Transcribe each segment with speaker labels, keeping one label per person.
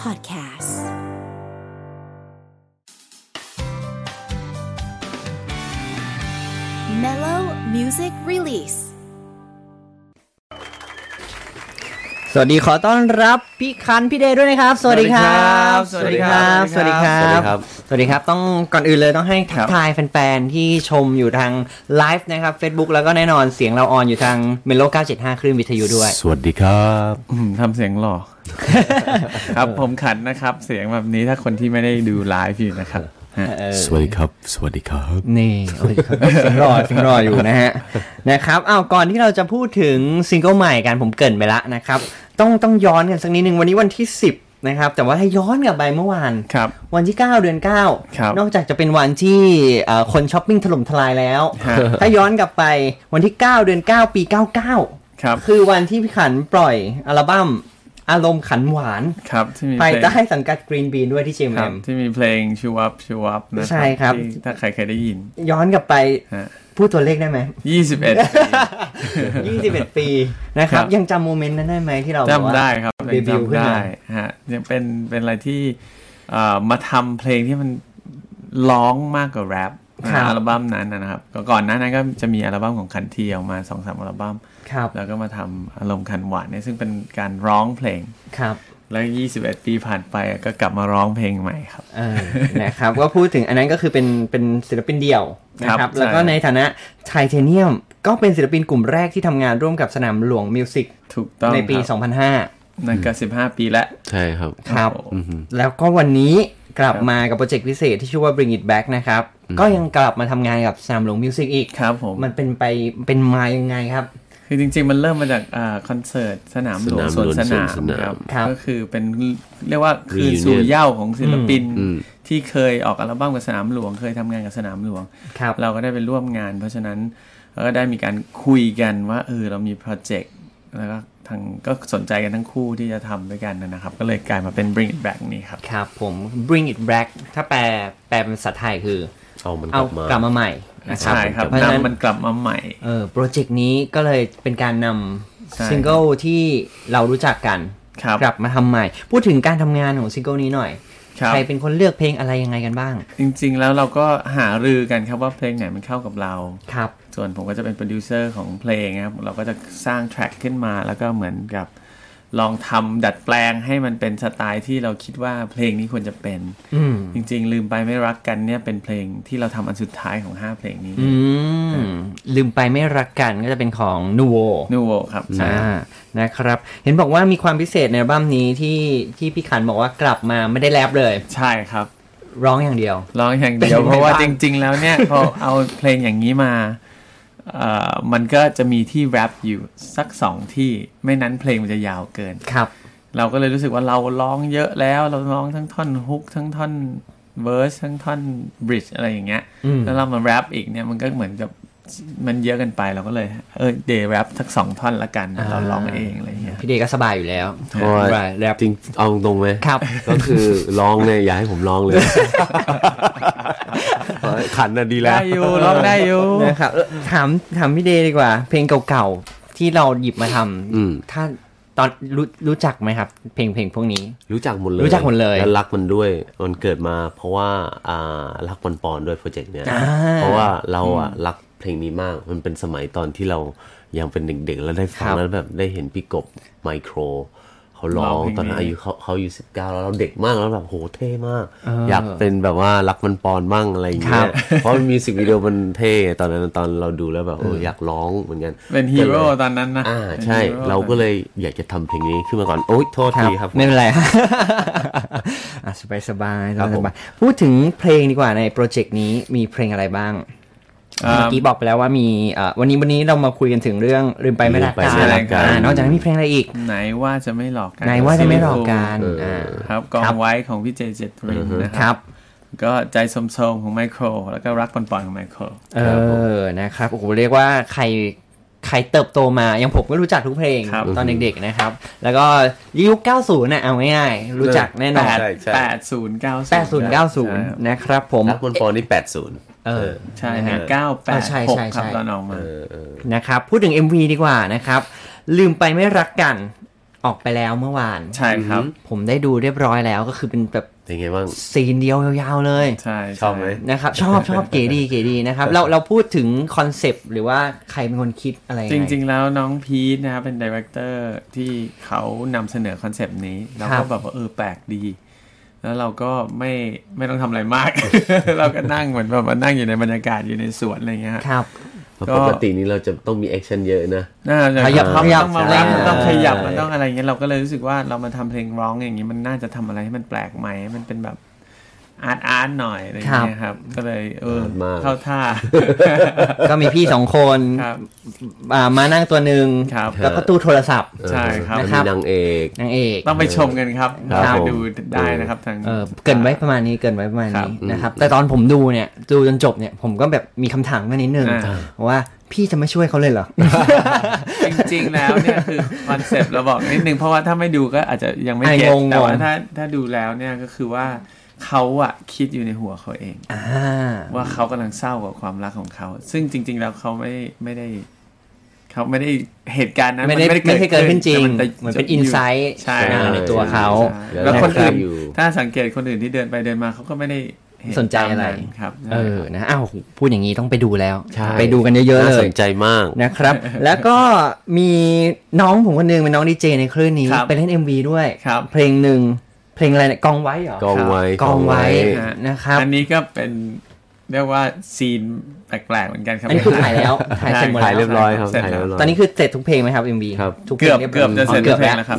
Speaker 1: Podcast Mellow Music Release
Speaker 2: สวัสดีขอต้อนรับพี่คันพี่เดย์ด้วยนะครับ สวัสดีครับ
Speaker 3: สวัสดีครับ
Speaker 2: สวัสดีครับ สวัสดีครับ สวัสดีครับ ต้องก่อนอื่นเลยต้องให้ทักทายแฟนๆ ที่ชมอยู่ทางไลฟ์นะครับ Facebook แล้วก็แน่นอนเสียงเราออนอยู่ทางเมโล975 คลื่นวิทยุด้วย
Speaker 4: สวัสดีครับ
Speaker 3: อืมทำเสียงหล่อ ครับผมขันนะครับ เสียงแบบนี้ถ้าคนที่ไม่ได้ดูไลฟ์อยู่นะครับฮะ
Speaker 4: สวัสดีครับ สวัสดีครับ
Speaker 2: นี่โอ้ยเสียงรอเสียงรออยู่นะฮะ นะครับอ้าวก่อนที่เราจะพูดถึงซิงเกิลใหม่กันผมเกรินไปละนะครับ ต้องต้องย้อนกันสักนิดนึงวันนี้วันที่ 10 นะครับ แต่ว่าถ้าย้อนกลับไปเมื่อวาน
Speaker 3: ครับ
Speaker 2: วันที่ 9 เดือน
Speaker 3: ครับ
Speaker 2: 9 นอกจากจะเป็นวันที่เอ่อคนช้อปปิ้งถล่มทลายแล้ว
Speaker 3: ฮะ
Speaker 2: ถ้าย้อนกลับไปวันที่ 9 เดือน 9 ปี 99
Speaker 3: ครับ
Speaker 2: คือวันที่พี่ขันปล่อยอัลบั้มอารมณ์ขันหวาน
Speaker 3: ครับที่มี
Speaker 2: ภา
Speaker 3: เพ
Speaker 2: ย
Speaker 3: ลง
Speaker 2: ใต้สังกัด Green Bean ด้วยที่
Speaker 3: ครับ
Speaker 2: JMM
Speaker 3: ที่มีเพลงชูวับชูวับนะ
Speaker 2: ใช่ครับ
Speaker 3: ที่ถ้าใครเคยได้ยิน
Speaker 2: ย้อนกลับไป
Speaker 3: ฮะ
Speaker 2: พูดตัวเลขได้ไหม
Speaker 3: ยี่สิบเอ็ด
Speaker 2: 21 ปีนะครับ
Speaker 3: ครับ
Speaker 2: ยังจำโมเมนต์นั้นได้ไหมที่เราบอกว่า
Speaker 3: จำได้ครับ
Speaker 2: เดบิวต์ขึ้
Speaker 3: จำ
Speaker 2: นมา
Speaker 3: ได้ฮะยังเป็นเป็นอะไรที่เอ่อมาทำเพลงที่มันร้องมากกว่าแรปนะครับ อัลบั้มนั้นนะครับก็ก่อนหน้านั้นก็จะมีอัลบั้มของคันทีออกมาสองสามอัลบั้ม
Speaker 2: ครับ
Speaker 3: แล้วก็มาทำอารมณ์ขันหวานเนี่ยซึ่งเป็นการร้องเพลง
Speaker 2: ครับ
Speaker 3: แล้ว 21 ปีผ่านไปอะก็กลับมาร้องเพลงใหม่ครับ
Speaker 2: เออนะครับก็พูดถึงอันนั้นก็คือเป็นเป็นศิลปินเดี่ยวนะค
Speaker 3: ครั
Speaker 2: รับบ แล้วก็
Speaker 3: ใช่
Speaker 2: ในฐานะไทเทเนียมก็เป็นศิลปินกลุ่มแรกที่ทำงานร่วมกับสนามหลวงมิวสิก
Speaker 3: ถูกต้อง
Speaker 2: ในปี
Speaker 3: ครับ
Speaker 2: 2005
Speaker 3: นั่นก็ 15 ปีแล้ว
Speaker 4: ใช่ครับ
Speaker 2: ครับ
Speaker 3: โอ้โห
Speaker 2: แล้วก็วันนี้กลับ
Speaker 3: ครับ
Speaker 2: มากับโปรเจกต์พิเศษที่ชื่อว่า Bring It Back นะครับ ก็ยังกลับมาทำงานกับสนามหลวงมิวสิกอีก
Speaker 3: ครับผม
Speaker 2: มันเป็นไปเป็นมายังไงครับ
Speaker 3: คือจริงๆ มันเริ่มมาจากอ่าคอนเสิร์ตสนามหลวง
Speaker 4: ส
Speaker 3: สวน
Speaker 4: นามหลวง
Speaker 3: สนาม
Speaker 4: สวนส
Speaker 3: ค
Speaker 4: นาม
Speaker 3: รับ
Speaker 2: ครับ
Speaker 3: ก็คือเป็นเรียกว่าคืนสู่
Speaker 4: Reunion
Speaker 3: เหย่าของศิลปิน
Speaker 4: อืม
Speaker 3: ที่เคยออกอัลบั้มกับสนามหลวง เคยทำงานกับสนามหลวง
Speaker 2: ครับ
Speaker 3: เราก็ได้ไปร่วมงาน เพราะฉะนั้นเราก็ได้มีการคุยกันว่าเออเรามีโปรเจกต์แล้วก็ทางก็สนใจกันทั้งคู่ที่จะทำด้วยกันนะครับ ก็เลยกลายมาเป็น Bring It Back นี่ครับ
Speaker 2: ครับผม Bring It Back ถ้าแปลแปลเป็นภาษาไทยคือ
Speaker 4: เอามันก
Speaker 2: เอา
Speaker 4: ลับมาก
Speaker 2: ลับมาใหม่นะครับ
Speaker 3: ใช่ครับ
Speaker 2: เพราะฉะนั้น
Speaker 3: นำมันกลับมาใหม่
Speaker 2: เออโปรเจกต์นี้ก็เลยเป็นการน
Speaker 3: ใช่
Speaker 2: ำซิงเกิลที่เรารู้จักกัน
Speaker 3: ครับ
Speaker 2: กลับมาทำใหม่ พูดถึงการทำงานของซิงเกิลนี้หน่อย
Speaker 3: ครับ
Speaker 2: ใครเป็นคนเลือกเพลงอะไรยังไงกันบ้าง
Speaker 3: จริงๆแล้วเราก็หารือกันครับว่าเพลงไหนมันเข้ากับเรา
Speaker 2: ครับ
Speaker 3: ส่วนผมก็จะเป็นโปรดิวเซอร์ของเพลงนะครับ เราก็จะสร้างแทร็กขึ้นมา แล้วก็เหมือนกับลองทำดัดแปลงให้มันเป็นสไตล์ที่เราคิดว่าเพลงนี้ควรจะเป็น
Speaker 2: อืม
Speaker 3: จริงๆ ลืมไปไม่รักกันเนี่ยเป็นเพลงที่เราทำอันสุดท้ายของ 5 เพลงนี้
Speaker 2: อืม ลืมไปไม่รักกันก็จะเป็นของนูโว
Speaker 3: นูโวครับใช่
Speaker 2: อ่านะครับ เห็นบอกว่ามีความพิเศษในอัลบั้มนี้ที่ที่พี่ขันบอกว่ากลับมาไม่ได้แรปเลย
Speaker 3: ใช่ครับ
Speaker 2: ร้องอย่างเดียว
Speaker 3: ร้องอย่างเดียว
Speaker 2: เป็น
Speaker 3: เพราะว่า
Speaker 2: ไงบ้าง
Speaker 3: จริง ๆ แล้วเนี่ย พอเอาเพลงอย่างนี้มาเอ่อมันก็จะมีที่แรปอยู่สักสองที่ไม่นั้นเพลงมันจะยาวเกิน
Speaker 2: ครับ
Speaker 3: เราก็เลยรู้สึกว่าเราร้องเยอะแล้ว เราร้องทั้งท่อนฮุกทั้งท่อนเวอร์สทั้งท่อนบริดจ์อะไรอย่างเงี้ย
Speaker 2: อืม
Speaker 3: แล้วเรามาแรปอีกเนี่ยมันก็เหมือนกับมันเยอะเกันไปเราก็เลย เออเดย์แรปสักสองท่อนละกันเราร้องเองอะไรอย่างเงี้ย
Speaker 2: พี่เดก็สบายอยู่แล้ว
Speaker 4: เพราะว่า
Speaker 2: แรป
Speaker 4: จริงเอาตรงไหม
Speaker 2: ครับ
Speaker 4: ก็คือร้องเนี่ยอย่าให้ผมร้อง เลย ขันน่ะดีแล้ว
Speaker 3: ได้อยู่ร้องได้อยู่
Speaker 2: นะครับเอ่อถามถามพี่เดดีกว่า เพลงเก่าๆที่เราหยิบมาท
Speaker 4: อืม
Speaker 2: ำถ้าตอนรู้รู้จักไหมครับ เพลงเพลงพวกนี้
Speaker 4: รู้จักหมดเลย
Speaker 2: รู้จักหมดเลย
Speaker 4: และรักมันด้วยมันเกิดมา เพราะว่าอ่ารักปอนปอนด้วยโปรเจกต์เนี้ย
Speaker 2: อ่า
Speaker 4: เพราะว่าเราอ่ะรักเพลงนี้มาก มันเป็นสมัยตอนที่เรายังเป็นเด็กๆ แล้วได้ฟังแล้วแบบได้เห็นพี่กบไมโครเขาร้อ
Speaker 3: ร้อง งเพลง
Speaker 4: ตอนนั้น
Speaker 3: นี้
Speaker 4: อายุเขาเขาอายุสิบเก้าแล้วเราเด็กมากแล้วแบบโหเท่มาก อยากเป็นแบบว่ารักมันปอนมั่งอะไรอย่างเงี้ยเพราะมันมิวสิกวิดีโอมันเท่ตอนนั้นตอนเราดูแล้วแบบเอออยากร้องเหมือนกัน
Speaker 3: เป็นฮีโร่
Speaker 4: ก็เลย
Speaker 3: ตอนนั้นนะ
Speaker 4: อ่าใช่
Speaker 3: ป็นฮี
Speaker 4: เราก็เลยอยากจะทำเพลงนี้ขึ้นมาก่อนโอ๊ยโทษทีครับ
Speaker 2: ไม่เป็นไร อ่ะสบายสบาย
Speaker 4: ครับ
Speaker 2: ส
Speaker 4: ผม
Speaker 2: บายพูดถึงเพลงดีกว่าในโปรเจกต์นี้มีเพลงอะไรบ้าง
Speaker 3: อ่า
Speaker 2: เมื่อกี้บอกไปแล้วว่ามีเอ่อวันนี้วันนี้เรามาคุยกันถึงเรื่องลืมไปไม่รัก
Speaker 4: ลื
Speaker 2: กั
Speaker 4: ม
Speaker 2: น
Speaker 4: ไปไม่รักกัน
Speaker 2: อ่านอกจากนั้นมีเพลงอะไรอีก
Speaker 3: ไหนว่าจะไม่หลอกกัน
Speaker 2: ไหนว่าจะไม่หลอกกันอ่า
Speaker 3: ครับกอ
Speaker 2: ครั
Speaker 3: ง
Speaker 2: บ
Speaker 3: ไว้ของพี่เจเจตรินนะ
Speaker 2: ค
Speaker 3: ค
Speaker 2: รั
Speaker 3: รับ บ ก็ใจสมโสมของไมโคร แล้วก็รักปอนปอนๆของไมโคร
Speaker 2: เออ นะครับ โอ้โห เรียกว่าใคร ใครเติบโตมา ยังผมก็รู้จักทุกเพลง
Speaker 3: ครับ
Speaker 2: ตอนเด็กๆ นะครับ แล้วก็ยุค 90 น่ะ เอาง่ายๆ รู้จักแน่นอน
Speaker 4: ใช่ใช่
Speaker 3: แปดศูนย์เก้าศูนย์
Speaker 2: 80 90 นะครับผม
Speaker 4: รักบนปอนนี่แปดศูนย์
Speaker 2: เออ
Speaker 3: ใช่ฮะเก้าแป
Speaker 2: เออ
Speaker 3: ด
Speaker 2: ใช่
Speaker 3: หก
Speaker 2: ใช่
Speaker 3: ครับ
Speaker 2: ใช่
Speaker 3: ตอนออกมา
Speaker 2: นะครับ พูดถึง MV ดีกว่านะครับ ลืมไปไม่รักกัน ออกไปแล้วเมื่อวาน
Speaker 3: ใช่ครับ
Speaker 2: ผมได้ดูเรียบร้อยแล้วก็คือเป็นแบบ
Speaker 4: เป็นไงบ้าง
Speaker 2: ซีนเดียวยาวๆเลย
Speaker 3: ใช่ใ
Speaker 4: ชอบไหม
Speaker 2: นะครับ ชอบชอบเก๋ดีเก๋ดีนะครับ เราเราพูดถึงคอนเซปต์หรือว่าใครเป็นคนคิดอะไรยั
Speaker 3: จ
Speaker 2: ไ
Speaker 3: ริง ๆ แล้วน้องพีทนะครับเป็นดีเรคเตอร์ที่เขานำเสนอคอนเซปต์นี้เรา
Speaker 2: ครั
Speaker 3: ก็
Speaker 2: บ
Speaker 3: แบบว่าเออแปลกดี แล้วเราก็ไม่ไม่ต้องทำอะไรมาก เราก็นั่งเหมือนแบบว่านั่งอยู่ในบรรยากาศอยู่ในสวนอะไรเงี้ยฮะ
Speaker 2: ครับ
Speaker 3: ก็
Speaker 4: ปกตินี้เราจะต้องมีแอคชั่นเยอะนะ
Speaker 3: น่าจะ
Speaker 2: ขยับ
Speaker 3: ต้อง
Speaker 2: ขยับ
Speaker 3: ต้องมาแรป
Speaker 2: ใช่
Speaker 3: มันต้องขยับมันต้องอะไรเงี้ยเราก็เลยรู้สึกว่าเรามาทำเพลงร้องอย่างนี้มันน่าจะทำอะไรให้มันแปลกใหม่ให้มันเป็นแบบอาร์ตอาร์ตหน่อยอะไรเงี้ยครับ ก็เลยเออ
Speaker 4: art มาก
Speaker 3: เข้าท่า
Speaker 2: ก็มีพี่สองคน
Speaker 3: ครับ
Speaker 2: อ่ามานั่งตัวหนึ่ง
Speaker 3: ครับ
Speaker 2: แล้วก็ตู้โทรศัพท์
Speaker 3: ใช่ครับ
Speaker 4: อันนี้นางเอก
Speaker 2: นางเอก
Speaker 3: ต้องไปชมกันครับ
Speaker 4: ครับ
Speaker 3: ไป
Speaker 4: ผม
Speaker 3: ดูได้นะครับทาง
Speaker 2: เออเกรินไว้ประมาณนี้เกรินไว้ประมาณ
Speaker 3: ครั
Speaker 2: นี้
Speaker 3: บ
Speaker 2: นะครับ แต่ตอนผมดูเนี่ย ดูจนจบเนี่ย ผมก็แบบมีคำถามมานิดนึง
Speaker 3: อ่า
Speaker 2: ว่าพี่จะไม่ช่วยเขาเลยเหรอ
Speaker 3: จริงๆ แล้วเนี่ยคือคอนเซปต์เราบอกนิดนึง เพราะว่าถ้าไม่ดูก็อาจจะยังไม่เก็ต
Speaker 2: อ่ะงงๆ
Speaker 3: แต่ว่าถ้าถ้าดูแล้วเนี่ยก็คือว่าเขาอะคิดอยู่ในหัวเขาเอง
Speaker 2: อ่า
Speaker 3: ว่าเขากำลังเศร้ากับความรักของเขา ซึ่งจริง ๆ แล้วเขาไม่ไม่ได้เขาไม่ได้เหตุการณ์นั้น
Speaker 2: ไม่ได้
Speaker 3: น
Speaker 2: ไม่ได้เกิดขึ้นจริง
Speaker 3: แต่
Speaker 2: เหมือนเป็น insight
Speaker 3: ใช่
Speaker 4: อ่า
Speaker 2: ในตัวเขา
Speaker 3: ใช่
Speaker 4: แล้ว
Speaker 3: แล้วคนอื่น
Speaker 4: อยู่
Speaker 3: ถ้าสังเกตคนอื่นที่เดินไปเดินมาเขาก็ไม่ได้เห็
Speaker 2: สนใจอะไร
Speaker 3: ตามนั้นครับ
Speaker 2: เออนะอ้าวพูดอย่างนี้ต้องไปดูแล้ว
Speaker 4: ใช่
Speaker 2: ไปดูกันเยอะๆ
Speaker 4: น่า
Speaker 2: เล
Speaker 4: ส
Speaker 2: ย
Speaker 4: นใจมาก
Speaker 2: นะครับ แล้วก็มีน้องผมคนหนึงเป็นน้องดีเจในคลื่นนี้
Speaker 3: ครับ
Speaker 2: ไปเล่น MV ด้วย
Speaker 3: ครับ
Speaker 2: เพลงหนึ่งเพลงอะไรเนี่ยกองไว้เหรอก
Speaker 4: องไว้
Speaker 2: กองไว้
Speaker 3: ฮะ
Speaker 2: นะครับ
Speaker 3: อันนี้ก็เป็นเรียกว่าซีนแปลกๆเหมือนกันครับ
Speaker 2: อันนี้คือถ่ายแล้วถ่ายเสร็จหมด
Speaker 4: ถ่าย
Speaker 2: แล้
Speaker 4: เรี
Speaker 2: วย
Speaker 4: บร้อยครับ
Speaker 3: เสร็จ
Speaker 4: ถ่ายเรียบร้อย
Speaker 2: ตอนนี้คือเสร็จทุกเพลงไหมครับ MV
Speaker 4: ครับ
Speaker 2: ทุกเพล
Speaker 3: เกื
Speaker 2: ง
Speaker 3: อ
Speaker 2: รียร้ย
Speaker 3: บเกือบจะเสร็จ
Speaker 2: เกือบ
Speaker 3: เพล
Speaker 2: แล้
Speaker 3: ง
Speaker 2: ว
Speaker 3: แล้วครับ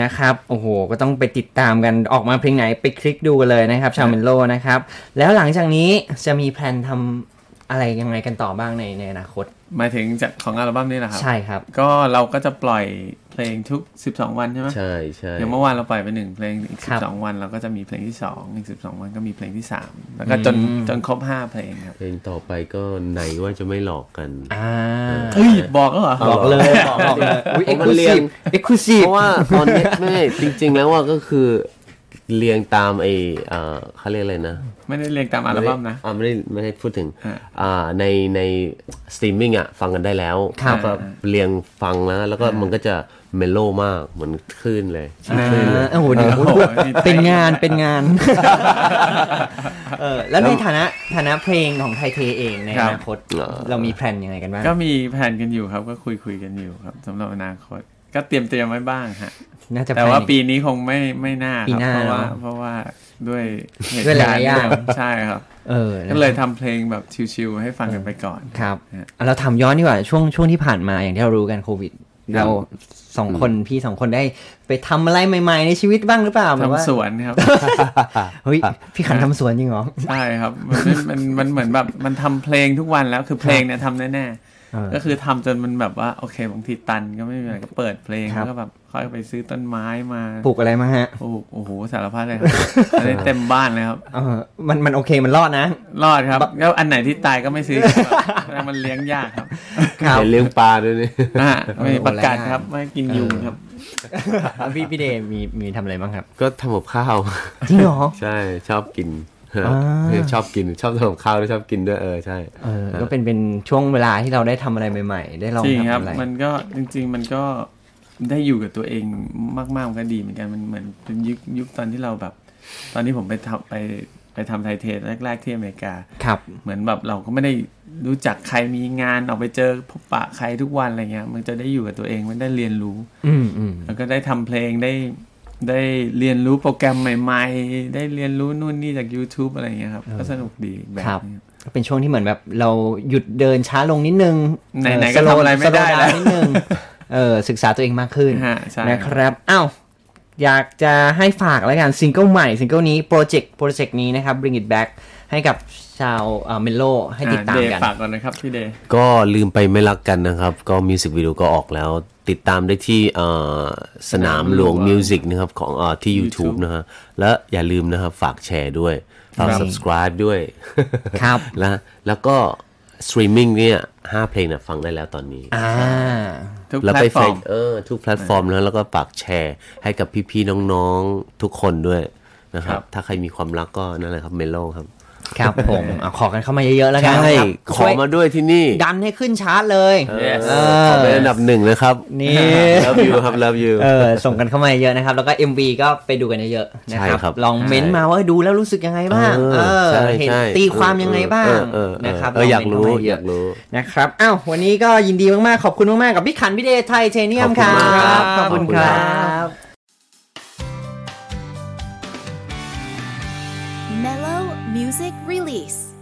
Speaker 2: นะครับ โอ้โห ก็ต้องไปติดตามกัน ออกมาเพลงไหนไปคลิกดูกันเลยนะครับ ชาวเมนโลนะครับ แล้วหลังจากนี้จะมีแพลนทำอะไรยังไงกันต่อบ้างในในอนาคต
Speaker 3: หมายถึงจากของอัลบั้มนี้แหละครับ
Speaker 2: ใช่ครับ
Speaker 3: ก็เราก็จะปล่อยเพลงทุก 12 วันใช่ไหม
Speaker 4: ใช่ใช่
Speaker 3: อย่างเมื่อวานเราปล่อยไปหนึ่งเพลงอีก
Speaker 2: ครับ
Speaker 3: 12 วันเราก็จะมีเพลงที่2อีก12 วันก็มีเพลงที่ 3 แล้วก็จนจนครบ 5 เพลงครับ
Speaker 4: เพลงต่อไปก็ไหนว่าจะไม่หลอกกัน
Speaker 2: อ่า
Speaker 3: เฮ้ยบอกแล้วเหรอ
Speaker 2: บอกเลยบอกบอกเลยอุ้ยเอ็กซ์คลูซีฟเอ็กซ์คลูซีฟ
Speaker 4: เพราะว่าตอนนี้ไม่ จริง ๆ แล้วว่าก็คือเรียงตามไอ้อ่าเขาเรียกอะไรนะ
Speaker 3: ไม่ได้เรียงตามอัลบั้มนะ
Speaker 4: อ่าไม่ได้ไม่ได้พูดถึง
Speaker 3: อ่า
Speaker 4: อ่าในในสตรีมมิ่งอ่ะ ฟังกันได้แล้ว
Speaker 2: ครับ
Speaker 4: แล้วก็เรียงฟังนะแล้วก็มันก็จะเมโลมากเหมือนคลื่นเลยคลื่นเลย
Speaker 2: โอ้โหเดี๋ยว
Speaker 3: โอ้โห
Speaker 2: เป็นงานเป็นงาน เออแล้วในฐานะฐานะเพลงของไทยเทเองในอนาคต
Speaker 4: ครับ
Speaker 2: เรามีแพลนยังไงกันบ้าง
Speaker 3: ก็มีแผนกันอยู่ครับก็คุยคุยๆกันอยู่ครับสำหรับอนาคต ก็เตรียมเตรียมๆไว้บ้างฮะ
Speaker 2: น่าจะ
Speaker 3: แต่ว่า
Speaker 2: แพลน
Speaker 3: ปีนี้คงไม่ไม่น่าค
Speaker 2: ปี
Speaker 3: รับ
Speaker 2: หน้า
Speaker 3: เพราะว่า
Speaker 2: เนอะ
Speaker 3: เพราะว่าด้วยเหตุ
Speaker 2: ด้วยห
Speaker 3: การ
Speaker 2: ลาย
Speaker 3: ณ์
Speaker 2: ๆอย่าง
Speaker 3: ใช่ครับ
Speaker 2: เออนะค
Speaker 3: ก็
Speaker 2: รับ
Speaker 3: เลยทำเพลงแบบชิวๆให้ฟังกันไปก่อน
Speaker 2: ครับ
Speaker 3: ฮะ
Speaker 2: อ่ะเราถามย้อนดีกว่าช่วงช่วงที่ผ่านมาอย่างที่เรารู้กันโควิด เราสองคนพี่สองคนได้ไปทำอะไรใหม่ๆ ในชีวิตบ้างหรือเปล่าแบบว่า
Speaker 3: ทำสวนครับ
Speaker 2: เฮ้ยพี่ขันทำสวนจริงเหรอ
Speaker 3: ใช่ครับ มันมันมันเหมือนแบบมันทำเพลงทุกวันแล้วคือเพลงเนี่ยทำแน่
Speaker 2: เออ
Speaker 3: ๆ ก็คือทำจนมันแบบว่าโอเคบางทีตันก็ไม่มีอะไรก็เปิดเพลง
Speaker 2: ครับ
Speaker 3: แล้วก็แบบค่อยไปซื้อต้นไม้มา
Speaker 2: ปลูกอะไรมาฮะ
Speaker 3: ปลูกโอ้โหสารพัดเลยครับ อันนี้เต็มบ้านเลยครับ
Speaker 2: เออมันมันโอเคมันรอดนะ
Speaker 3: รอดครับแล้วอันไหนที่ตายก็ไม่ซื้อครับแล้ว มันเลี้ยงยากครับ
Speaker 4: เห็นเลี้ยงปลาด้วยนี่
Speaker 3: นะฮะ
Speaker 2: เออ
Speaker 3: ไม่
Speaker 2: โอ้
Speaker 3: ประกาศ
Speaker 2: แล้ว
Speaker 3: ครับไม่กินยุงครับ
Speaker 2: แล้วพี่พี่เดย์มีมีทำอะไรบ้างครับ
Speaker 4: ก็ทำกับข้าว
Speaker 2: จ ริงเหรอ
Speaker 4: ใช่ชอบกิน
Speaker 2: อ่า
Speaker 4: ชอบกินชอบทำกับข้าวด้วยชอบกินด้วยเออใช่
Speaker 2: เออก็เป็นเป็นช่วงเวลาที่เราได้ทำอะไรใหม่ ๆ ได้ลอง
Speaker 3: จริงค
Speaker 2: ทำ
Speaker 3: รับ
Speaker 2: อะไร
Speaker 3: มันก็จริง ๆ มันก็ได้อยู่กับตัวเองมากๆมันก็ดีเหมือนกันมันเหมือนเป็นยุคยุคตอนที่เราแบบ ตอนที่ผมไปทำไปไปทำไทยเทสแรก ๆ ที่อเมริกา
Speaker 2: ครับ
Speaker 3: เหมือนแบบเราก็ไม่ได้รู้จักใครมีงานออกไปเจอพบปะใครทุกวันอะไรเงี้ย มันจะได้อยู่กับตัวเองมันได้เรียนรู้
Speaker 2: อืมอืม
Speaker 3: แล้วก็ได้ทำเพลงได้ได้เรียนรู้โปรแกรมใหม่ๆ ได้เรียนรู้นู่นนี่จาก YouTube อะไรเงี้ยครับก็สนุกดีแบบ
Speaker 2: ครับ
Speaker 3: นี้
Speaker 2: ก็เป็นช่วงที่เหมือนแบบเราหยุดเดินช้าลงนิดนึง
Speaker 3: ไหนๆ
Speaker 2: เ
Speaker 3: ก็ทำอะไร
Speaker 2: slow-
Speaker 3: ไม่ได้
Speaker 2: slow down
Speaker 3: แล้ว
Speaker 2: นิดนึงเออศึกษาตัวเองมากขึ้น
Speaker 3: ฮะใช่
Speaker 2: นะครับอ้าวอยากจะให้ฝากแล้วกันซิงเกิลใหม่ซิงเกิลนี้โปรเจกต์โปรเจกต์นี้นะครับ Bring It Back ให้กับชาวเมโลให้ติดตาม
Speaker 3: อ่ะเย์
Speaker 2: กัน
Speaker 3: ฝากก่อนนะครับพี่เดย์
Speaker 4: ก็ลืมไปไม่รักกันนะครับ ก็มิวสิกวิดีโอก็ออกแล้ว ติดตามได้ที่เอ่อสนามหลวงมิวสิกนะครับของเออที่ YouTube
Speaker 3: YouTube
Speaker 4: นะฮะและอย่าลืมนะครับ ฝากแชร์ด้วย ฝาก
Speaker 2: ครับ
Speaker 4: subscribe ด้วย
Speaker 2: ครับ
Speaker 4: และแล้วก็สตรีมมิ่งเนี่ยห้าเพลงนะฟังได้แล้วตอนนี้
Speaker 2: อ่า
Speaker 3: ทุก
Speaker 4: แล้ว
Speaker 3: แพล
Speaker 4: ไป
Speaker 3: ตฟอร์ม
Speaker 4: เฟซเออทุกแพลตฟอร์มแล้วแล้วก็ฝากแชร์ให้กับพี่ๆน้องๆทุกคนด้วยนะครับ
Speaker 3: ครับ
Speaker 4: ถ้าใครมีความรักก็นั่นแหละครับเมโลครับ
Speaker 2: ครับ ผมอ่ะขอกันเข้ามาเยอะๆแล้วกัน
Speaker 4: ใช่
Speaker 2: นะครับ
Speaker 4: ขอมาด้วยที่นี่
Speaker 2: ดันให้ขึ้นชาร์ตเลย
Speaker 3: Yes
Speaker 4: เออขอเป็นอันดับหนึ่งเลยครับ
Speaker 2: นี่
Speaker 4: love you ครับ love you
Speaker 2: เออส่งกันเข้ามาเยอะนะครับ แล้วก็ MV ก็ไปดูกันเยอะๆนะครั
Speaker 4: ใช่ครับ
Speaker 2: บ ลองเม้นต์มาว่าดูแล้วรู้สึกยังไงบ้าง
Speaker 4: เออ
Speaker 2: เออ
Speaker 4: ใช่
Speaker 2: เห็น
Speaker 4: ใช่
Speaker 2: ตีความยังไงบ้าง
Speaker 4: เออเออเออ
Speaker 2: นะครับ
Speaker 4: เอออยากรู้
Speaker 2: ลงเม้นต์เข้มเะ
Speaker 4: อยากรู้
Speaker 2: นะครับอ้าววันนี้ก็ยินดีมากๆ ขอบคุณมากๆ กับพี่ขันพี่เดชไทยเทเนียม
Speaker 4: ขอบคุณมากครับ
Speaker 2: ขอบคุณค
Speaker 4: ขอบคุณครั
Speaker 2: รับ
Speaker 1: Mellow Music Release.